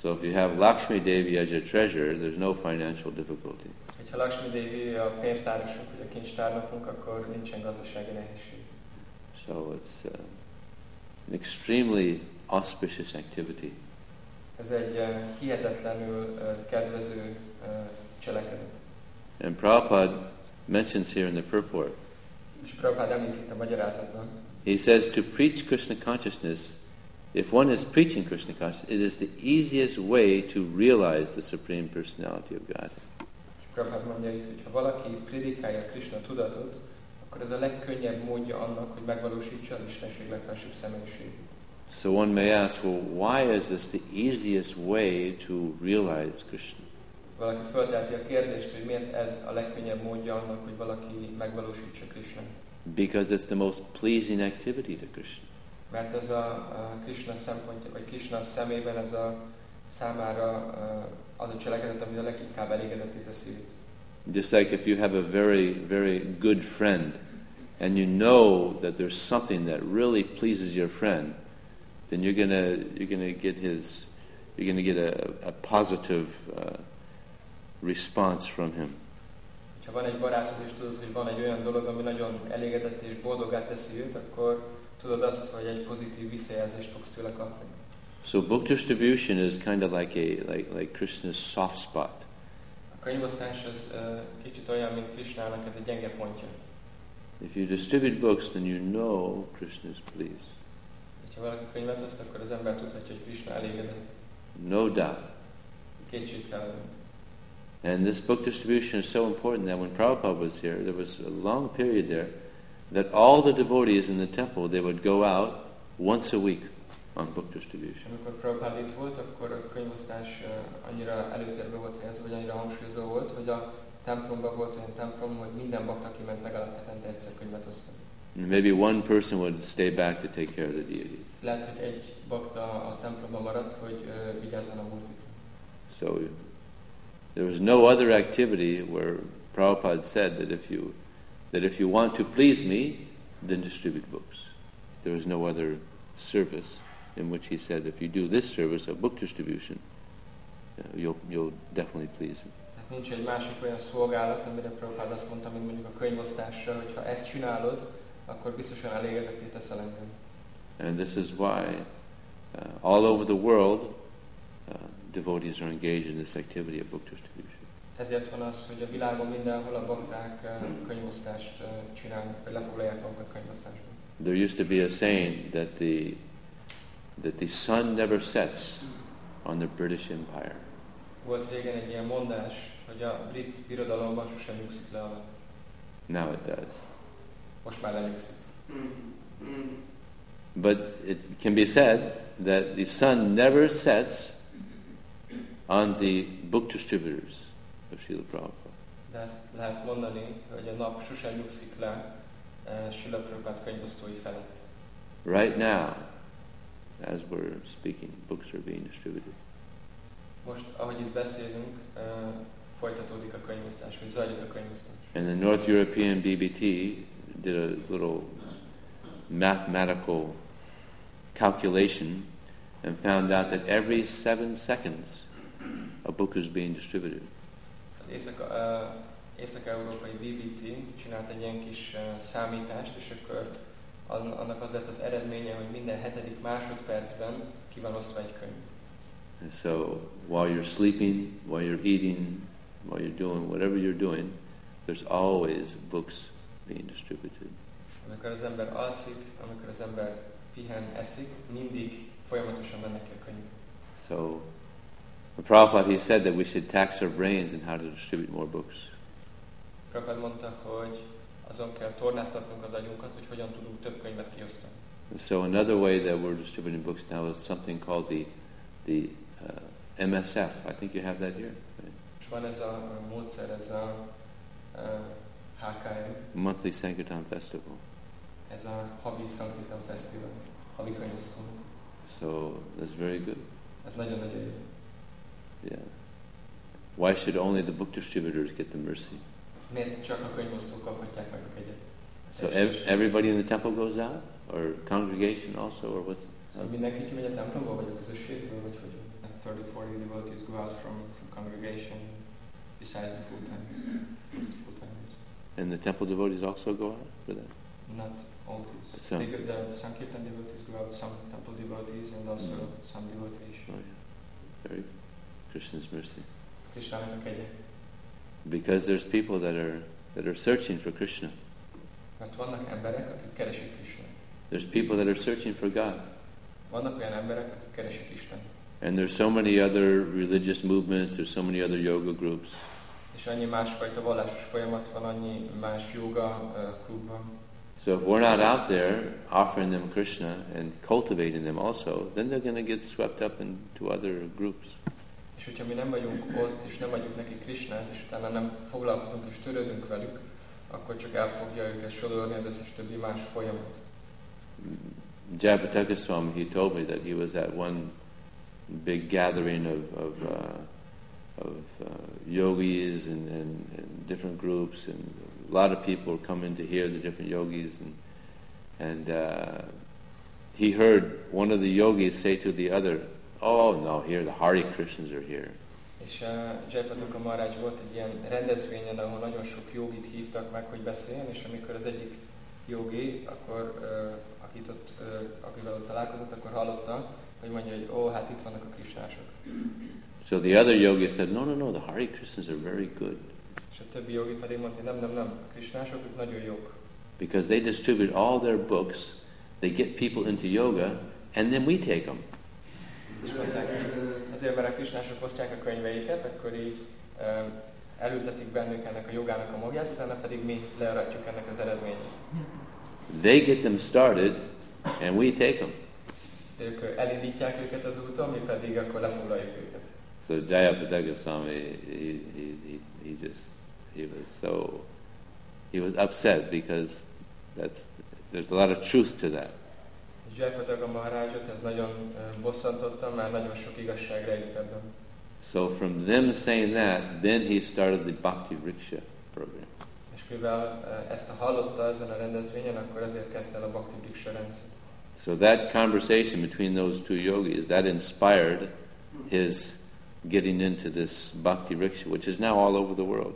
Speaker 1: So if you have Lakshmi Devi as your treasurer, there's no financial difficulty.
Speaker 2: Hogyha Lakshmi Devi a pénztárosunk, vagy a kincstárnokunk, akkor nincsen gazdasági nehézség.
Speaker 1: So it's uh, an extremely auspicious activity.
Speaker 2: Ez egy eh, hihetetlenül eh, kedvező eh, cselekedet.
Speaker 1: And Prabhupada mentions here in the purport,
Speaker 2: És Prabhupád említ itt a magyarázatban,
Speaker 1: he says to preach Krishna consciousness, if one is preaching Krishna consciousness, it is the easiest way to realize the Supreme Personality of God.
Speaker 2: és Prabhupád mondja itt, hogy ha valaki prédikálja Krishna tudatot, akkor ez a legkönnyebb módja annak, hogy megvalósítsa az Istenség legfelsőbb személyiségét.
Speaker 1: So one may ask, well, why is this the easiest way to realize Krishna?
Speaker 2: Valaki fölteheti a kérdést, hogy miért ez a legkönnyebb módja annak, hogy valaki megvalósítsa Krishna.
Speaker 1: Because it's the most pleasing activity to Krishna.
Speaker 2: Mert ez a, a Krishna szempontja, vagy Krishna szemében ez a számára ö, az a cselekedet, ami a leginkább elégedetté teszi őt.
Speaker 1: Just like if you have a very, very good friend and you know that there's something that really pleases your friend, then you're gonna you're gonna get his you're gonna get a, a positive uh, response from him.
Speaker 2: Ha van egy barátod, és tudod, hogy van egy olyan dolog, ami nagyon elégedett és boldogá teszi őt, akkor tudod azt, hogy egy pozitív visszajelzést fogsz tőle kapni.
Speaker 1: So book distribution is kind of like a like like Krishna's soft spot.
Speaker 2: A könyvosztás az ö, kicsit olyan, mint Krishnának, ez egy gyenge pontja.
Speaker 1: If you distribute books, then you know Krishna is pleased,
Speaker 2: Ha valaki könyvet oszt, akkor az ember tudhatja, hogy Krishna elégedett.
Speaker 1: no doubt.
Speaker 2: Kétségtelenül.
Speaker 1: And this book distribution is so important that when Prabhupada was here, there was a long period there that all the devotees in the temple they would go out once a week on book
Speaker 2: És
Speaker 1: distribution.
Speaker 2: amikor Prabhupád itt volt, akkor a könyvosztás ö, annyira előtérbe volt helyezve, vagy annyira hangsúlyozó volt, hogy a templomban volt olyan templom, hogy minden bakta kiment legalább hetente egyszer könyvet osztani.
Speaker 1: And maybe one person would stay back to take care of the deity.
Speaker 2: Lehet, hogy egy bakta a templomban maradt, hogy ö, vigyázzon a multikra.
Speaker 1: So there was no other activity where Prabhupada said that if you that if you want to please me, then distribute books. There was no other service in which he said, if you do this service of book distribution, uh, you'll you'll definitely please me.
Speaker 2: Tehát nincs egy másik olyan szolgálat, amire Prabhupád azt mondta, mint mondjuk a könyvosztásra, hogy ha ezt csinálod, akkor biztosan elégedetté teszel engem.
Speaker 1: And this is why uh, all over the world uh, devotees are engaged in this activity of book distribution.
Speaker 2: Ezért van az, hogy a világon mindenhol a bakták ö, könyvosztást ö, csinálnak, vagy lefoglalják magukat könyvosztásban.
Speaker 1: There used to be a saying that the that the sun never sets on the British Empire.
Speaker 2: Volt régen egy ilyen mondás, hogy a brit birodalomban sosem nyugszik le a nap.
Speaker 1: Now it does.
Speaker 2: Most már lenyugszik.
Speaker 1: But it can be said that the sun never sets on the book distributors of Srila Prabhupada.
Speaker 2: De ezt lehet mondani, hogy a nap sosem nyugszik le eh, Srila Prabhupád könyvosztói felett.
Speaker 1: Right now, as we're speaking, books are being distributed.
Speaker 2: Most, ahogy itt beszélünk, eh, folytatódik a könyvosztás, vagy zajlik a könyvosztás.
Speaker 1: And the North European BBT did a little mathematical calculation and found out that every seven seconds a book is being distributed.
Speaker 2: Az Észak- eh, Észak-Európai BBT csinált egy ilyen kis eh, számítást, e, és akkor an- annak az lett az eredménye, hogy minden hetedik másodpercben ki van osztva egy könyv.
Speaker 1: And so while you're sleeping, while you're eating, while you're doing whatever you're doing, there's always books being distributed.
Speaker 2: Amikor az ember alszik, amikor az ember pihen, eszik, mindig folyamatosan mennek ki a könyvek.
Speaker 1: So the Prabhupada, he said that we should tax our brains in how to distribute more books.
Speaker 2: Prabhupád mondta, hogy azon kell tornáztatnunk az agyunkat, hogy hogyan tudunk több könyvet kiosztani.
Speaker 1: And so another way that we're distributing books now is something called the, the uh, MSF. I think you have that here. right?
Speaker 2: És van ez a módszer, ez a uh, HKM,
Speaker 1: Monthly Sankirtan Festival.
Speaker 2: ez a havi Sankirtan Fesztivál, havi könyvosztó.
Speaker 1: So that's very good.
Speaker 2: Ez nagyon-nagyon jó.
Speaker 1: Yeah. Why should only the book distributors get the mercy?
Speaker 2: Miért csak a könyvosztók kaphatják meg a kegyet?
Speaker 1: So Szóval ev- everybody in the temple goes out, or congregation also, or what's?
Speaker 2: Szóval mindenki kimegy a templomba, vagy a közösségből, vagy hogy 30-40 devotees go out from, from congregation besides the full time. Full time.
Speaker 1: And the temple devotees also go out for that.
Speaker 2: Not all these.
Speaker 1: So-
Speaker 2: They go, the Sankirtan devotees go out, some temple devotees, and also
Speaker 1: Mm.
Speaker 2: some devotees.
Speaker 1: Oh, yeah. Very Krishna's mercy.
Speaker 2: Ez Krisnának a kegye.
Speaker 1: Because there's people that are that are searching for Krishna.
Speaker 2: Mert vannak emberek, akik keresik Krisnát.
Speaker 1: There's people that are searching for God.
Speaker 2: Vannak olyan emberek, akik keresik Isten.
Speaker 1: And there's so many other religious movements, there's so many other yoga groups.
Speaker 2: És annyi másfajta vallásos folyamat van, annyi más joga ö, klub van.
Speaker 1: So if we're not out there offering them Krishna and cultivating them also, then they're going to get swept up into other groups.
Speaker 2: És hogyha mi nem vagyunk ott, és nem adjuk neki Krisnát, és utána nem foglalkozunk és törődünk velük, akkor csak el fogja őket sodorni az összes többi más folyamat.
Speaker 1: Japataka Swami, he told me that he was at one big gathering of, of, uh, of uh, yogis and, and, and different groups, and a lot of people were coming to hear the different yogis. And, and uh, he heard one of the yogis say to the other, Oh, no, here the Hare Krishnas are here.
Speaker 2: És uh, Jaipatuka Maharaj volt egy ilyen rendezvényen, ahol nagyon sok jogit hívtak meg, hogy beszéljen, és amikor az egyik jogi, akkor uh, akit ott, uh, akivel ott találkozott, akkor hallotta, hogy mondja, hogy ó, hát itt vannak a krisnások.
Speaker 1: So the other yogi said, No, no, no, the Hare Krishnas are very good
Speaker 2: És a többi jogi pedig mondta, hogy nem, nem, nem, a krisnások ők nagyon jók.
Speaker 1: because they distribute all their books, they get people into yoga, and then we take them.
Speaker 2: És mondták, hogy azért, mert a krisnások osztják a könyveiket, akkor így uh, elültetik bennük ennek a jogának a magját, utána pedig mi learatjuk ennek az eredményét.
Speaker 1: They get them started, and we take them.
Speaker 2: Ők ö, elindítják őket az úton, mi pedig akkor lefoglaljuk őket.
Speaker 1: So Jayapadaka Swami, he, he, he, he just, he was so, he was upset because that's, there's a lot of truth to that.
Speaker 2: Zsákpataga Maharajot, ez nagyon ö, bosszantotta, már nagyon sok igazság rejlik ebben.
Speaker 1: So from them saying that, then he started the Bhakti Riksha program.
Speaker 2: És mivel ö, ezt hallotta ezen a rendezvényen, akkor ezért kezdte el a Bhakti Briksha rendszer.
Speaker 1: So that conversation between those two yogis, that inspired his getting into this Bhakti Riksha, which is now all over the world.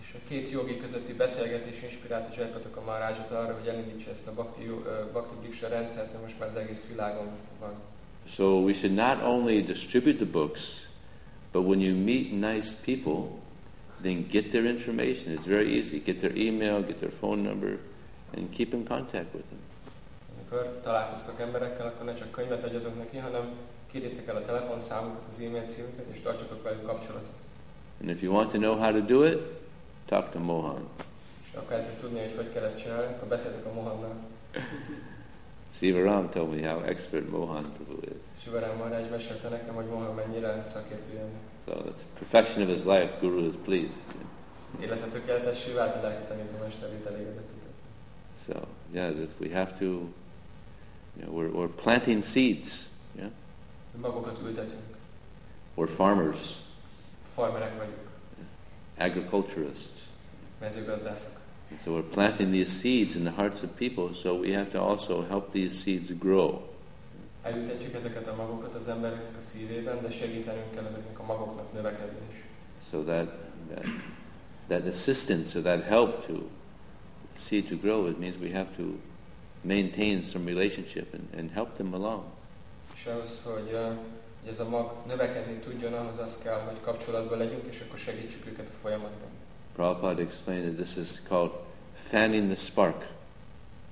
Speaker 2: És a két jogi közötti beszélgetés inspirálta Zsákpataga Maharajot arra, hogy elindítsa ezt a Bhakti, jo- ö, Bhakti Briksha rendszert, ami most már az egész világon van.
Speaker 1: So we should not only distribute the books, but when you meet nice people, then get their information. It's very easy. Get their email, get their phone number, and keep in contact with them.
Speaker 2: Amikor találkoztok emberekkel, akkor ne csak könyvet adjatok neki, hanem kérjétek el a telefonszámukat, az e-mail címüket, és tartsatok velük kapcsolatot.
Speaker 1: And if you want to know how to do it, talk to Mohan.
Speaker 2: És akarjátok tudni, hogy hogy kell ezt csinálni, akkor beszéltek a Mohannal.
Speaker 1: Siva Ram told me how expert Mohan Prabhu is.
Speaker 2: Sivarán Marágy mesélte nekem, hogy Mohan mennyire szakértője.
Speaker 1: So that's perfection of his life. Guru is pleased.
Speaker 2: Élete tökéletessé vált a lelki tanító mesterét elégedett.
Speaker 1: So yeah, that we have to. You know, we're, we're planting seeds. Yeah,
Speaker 2: Mi magokat ültetünk,
Speaker 1: we're farmers,
Speaker 2: farmerek vagyunk,
Speaker 1: agriculturists.
Speaker 2: mezőgazdászok.
Speaker 1: And so we're planting these seeds in the hearts of people, so we have to also help these seeds grow.
Speaker 2: Elültetjük ezeket a magokat az embereknek a szívében, de segítenünk kell ezeknek a magoknak növekedni is.
Speaker 1: So that that, that assistance or that help to the seed to grow, it means we have to maintain some relationship and, and help them along.
Speaker 2: És ahhoz, hogy, eh, hogy ez a mag növekedni tudjon, ahhoz az kell, hogy kapcsolatban legyünk, és akkor segítsük őket a folyamatban.
Speaker 1: Prabhupada explained that this is called fanning the spark.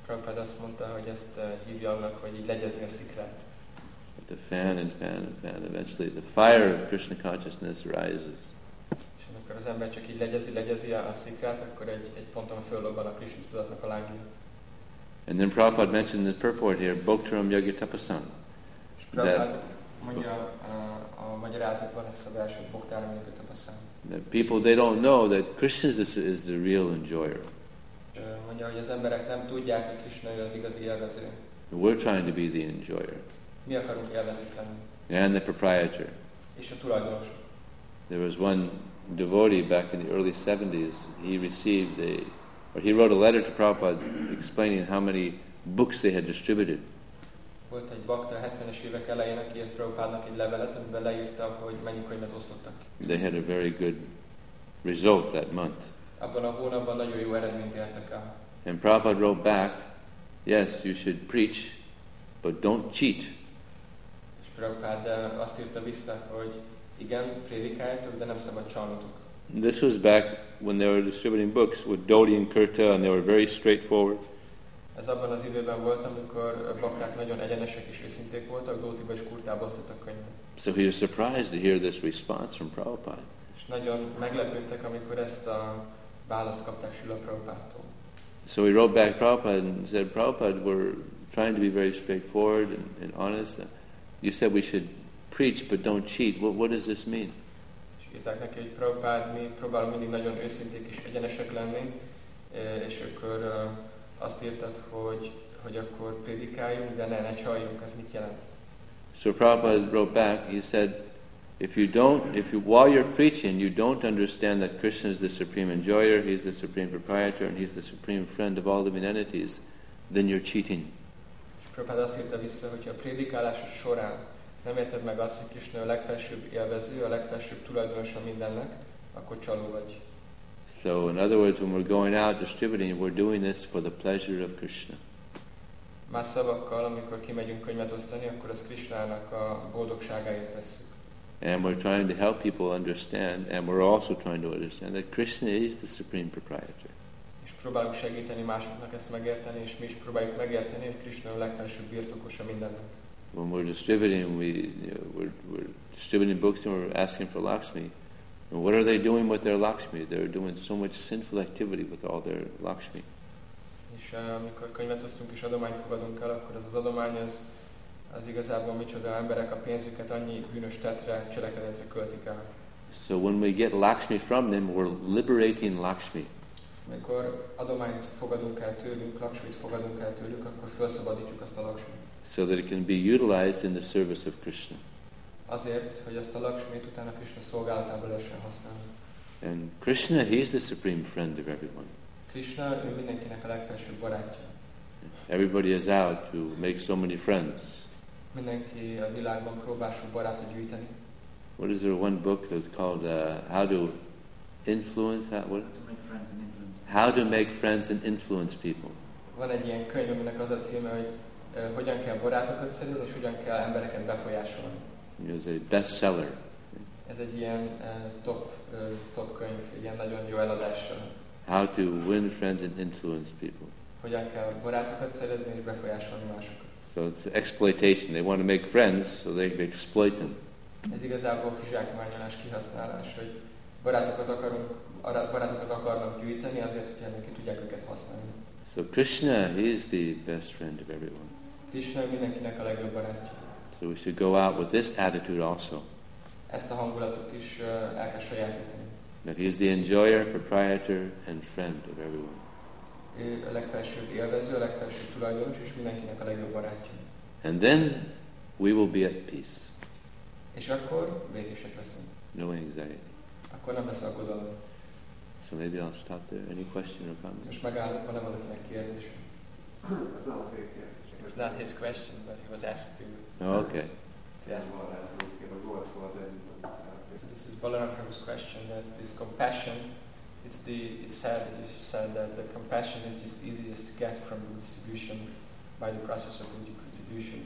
Speaker 2: Prabhupád azt mondta, hogy ezt eh, hívja annak, hogy így legyezni a szikrát.
Speaker 1: To fan and fan and fan, eventually the fire of Krishna consciousness rises.
Speaker 2: És amikor az ember csak így legyezi, legyezi a a szikrát, akkor egy, egy ponton föllobban a Krishna tudatnak a lángja.
Speaker 1: And then Prabhupada mentioned the purport here, Bhoktaram Yogi Tapasam.
Speaker 2: És Prabhupád mondja a, a magyarázatban ezt a verset Boktára, amikor tapasztal.
Speaker 1: The people, they don't know that Krishna is, is the real enjoyer.
Speaker 2: Ö, Mondja, hogy az emberek nem tudják, hogy Krishna ő az igazi élvező.
Speaker 1: We're trying to be the enjoyer
Speaker 2: Mi akarunk élvezők lenni?
Speaker 1: and the proprietor.
Speaker 2: És a tulajdonosok.
Speaker 1: There was one devotee back in the early 70s. He received a, or he wrote a letter to Prabhupada explaining how many books they had distributed.
Speaker 2: Volt egy bakta a 70-es évek elején, aki írt Prabhupádnak egy levelet, amiben leírta, hogy mennyi könyvet osztottak ki.
Speaker 1: They had a very good result that month.
Speaker 2: Abban a hónapban nagyon jó eredményt értek el.
Speaker 1: And Prabhupada wrote back, yes, you should preach, but don't cheat.
Speaker 2: És Prabhupád eh, azt írta vissza, hogy igen, prédikáljátok, de nem szabad csalnotok.
Speaker 1: This was back when they were distributing books with Dodi and Kirta, and they were very straightforward.
Speaker 2: Ez abban az időben volt, amikor bakták nagyon egyenesek és őszinték voltak, Dótiba és Kurtába osztottak könyvet.
Speaker 1: So he was surprised to hear this response from Prabhupada.
Speaker 2: És nagyon meglepődtek, amikor ezt a választ kapták Sula Prabhupától.
Speaker 1: So he wrote back Prabhupada and said, Prabhupada, we're trying to be very straightforward and, and honest. Uh, You said we should preach but don't cheat. What, what does this mean?
Speaker 2: És írták neki, hogy Prabhupád, mi próbálunk mindig nagyon őszinték és egyenesek lenni, eh, és akkor eh, azt írtad, hogy, hogy akkor prédikáljunk, de ne, ne csaljunk, ez mit jelent?
Speaker 1: So Prabhupada wrote back, he said, if you don't, if you, while you're preaching, you don't understand that Krishna is the supreme enjoyer, he's the supreme proprietor, and he's the supreme friend of all living entities, then you're cheating.
Speaker 2: És Prabhupád azt írta vissza, hogy a prédikálásod során nem érted meg azt, hogy Krishna a legfelsőbb élvező, a legfelsőbb tulajdonosa mindennek, akkor csaló vagy.
Speaker 1: So in other words, when we're going out distributing, we're doing this for the pleasure of Krishna.
Speaker 2: Más szavakkal, amikor kimegyünk könyvet osztani, akkor az Krishnának a boldogságáért tesszük.
Speaker 1: And we're trying to help people understand, and we're also trying to understand that Krishna is the supreme proprietor.
Speaker 2: És próbálunk segíteni másoknak ezt megérteni, és mi is próbáljuk megérteni, hogy Krishna a legfelsőbb birtokosa mindennek.
Speaker 1: When we're distributing, we, you know, we're, we're distributing books and we're asking for Lakshmi. And what are they doing with their Lakshmi? They're doing so much sinful activity with all their Lakshmi.
Speaker 2: És eh, amikor könyvet osztunk és adományt fogadunk el, akkor az az adomány az, az igazából micsoda emberek a pénzüket annyi bűnös tetre, cselekedetre költik el.
Speaker 1: So when we get Lakshmi from them, we're liberating Lakshmi.
Speaker 2: Amikor adományt fogadunk el tőlünk, laksmit fogadunk el tőlük, akkor felszabadítjuk azt a laksmit.
Speaker 1: so that it can be utilized in the service of Krishna.
Speaker 2: Azért, hogy azt a laksmit utána Krishna szolgálatába lehessen használni.
Speaker 1: And Krishna, he's the supreme friend of everyone.
Speaker 2: Krishna, ő mindenkinek a legfelsőbb barátja.
Speaker 1: Everybody is out to make so many friends.
Speaker 2: Mindenki a világban próbál sok barátot gyűjteni.
Speaker 1: What is there one book that's called uh, How to Influence? How, what?
Speaker 3: To make friends and influence.
Speaker 1: How to Make Friends and Influence People.
Speaker 2: Van egy ilyen könyv, aminek az a címe, hogy eh, hogyan kell barátokat szerezni, és hogyan kell embereket befolyásolni.
Speaker 1: It was a bestseller.
Speaker 2: Ez egy ilyen eh, top, eh, top könyv, egy ilyen nagyon jó eladással.
Speaker 1: How to Win Friends and Influence People.
Speaker 2: Hogyan kell barátokat szerezni és befolyásolni másokat.
Speaker 1: So it's exploitation. They want to make friends, so they exploit them.
Speaker 2: Ez igazából kizsákmányolás, kihasználás, hogy barátokat, akarunk, ará- barátokat akarnak gyűjteni azért, hogy ennek ki tudják őket használni.
Speaker 1: So Krishna, he's the best friend of everyone.
Speaker 2: Krishna mindenkinek a legjobb barátja.
Speaker 1: So we should go out with this attitude also.
Speaker 2: Ezt a hangulatot is eh, el kell sajátítani.
Speaker 1: that he is the enjoyer, proprietor, and friend of everyone.
Speaker 2: Ő a legfelsőbb élvező, a legfelsőbb tulajdonos, és mindenkinek a legjobb barátja.
Speaker 1: And then we will be at peace,
Speaker 2: És akkor békések leszünk.
Speaker 1: no anxiety.
Speaker 2: Akkor nem lesz aggodalom.
Speaker 1: So maybe I'll stop there. Any question or comment?
Speaker 2: Most megállok, ha nem valakinek kérdés.
Speaker 3: That's not what they get.
Speaker 4: It's not his question, but he was asked to,
Speaker 1: No, okay.
Speaker 4: to ask.
Speaker 3: what I would get a voice was in. but, uh,
Speaker 2: So this is Balaram Prabhu's question that this compassion, it's the, it's said, it's said that the compassion is just easiest to get from the distribution by the process of redistribution.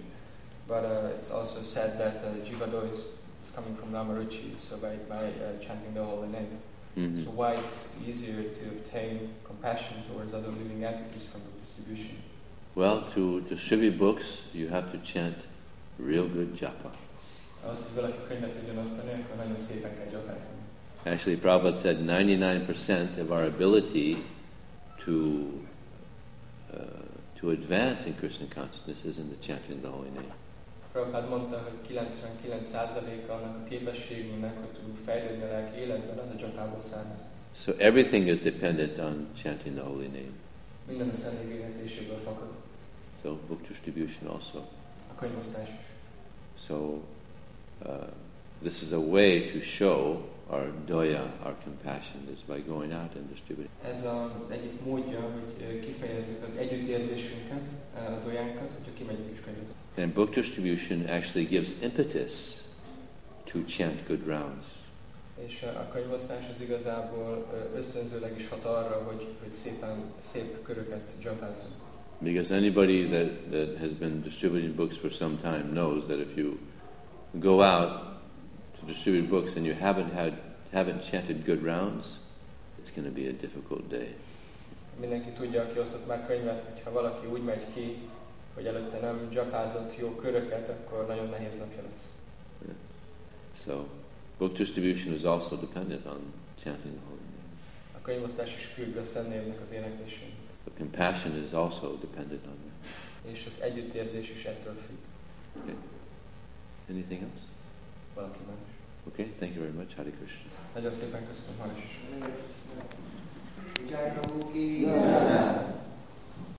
Speaker 2: But uh, it's also said that uh, Jivado is, is coming from Namaruchi, so by, by uh, chanting the holy name.
Speaker 1: Mhm.
Speaker 2: So why it's easier to obtain compassion towards other living entities from the distribution?
Speaker 1: Well, to distribute books, you have to chant real good japa.
Speaker 2: Ahhoz, hogy valaki könyvet tudjon osztani, akkor nagyon szépen kell gyakrázni.
Speaker 1: Actually, Prabhupada said 99% of our ability to uh, to advance in Krishna consciousness is in the chanting of the holy name.
Speaker 2: Prabhupád mondta, hogy 99%-a annak a képességünknek, hogy tudunk fejlődni a lelki életben, az a csapából származik.
Speaker 1: So everything is dependent on chanting the holy name.
Speaker 2: Minden a szellemi életéséből fakad.
Speaker 1: So book distribution also.
Speaker 2: A könyvosztás.
Speaker 1: So uh, this is a way to show our doya, our compassion, is by going out and distributing.
Speaker 2: Ez a- az egyik módja, hogy ö, kifejezzük az együttérzésünket, ö, a dojánkat, hogyha kimegyünk és könyvet.
Speaker 1: And book distribution actually gives impetus to chant good rounds.
Speaker 2: És ö, a könyvosztás az igazából ö, ösztönzőleg is hat arra, hogy, hogy szépen, szép köröket japázzunk.
Speaker 1: Because anybody that, that has been distributing books for some time knows that if you go out to distribute books and you haven't had haven't chanted good rounds, it's going to be a difficult day.
Speaker 2: Mindenki tudja, aki osztott már könyvet, hogy ha valaki úgy megy ki, hogy előtte nem japázott jó köröket, akkor nagyon nehéz napja lesz.
Speaker 1: So, book distribution is also dependent on chanting the holy name.
Speaker 2: A könyvosztás is függ a szennévnek az éneklésén,
Speaker 1: So, compassion is also dependent on that.
Speaker 2: és az együttérzés is ettől függ
Speaker 1: Anything else?
Speaker 2: valaki más.
Speaker 1: Okay, thank you very much. Hare Krishna.
Speaker 2: Nagyon szépen köszönöm, Haris.
Speaker 5: Jai Prabhu ki Jai.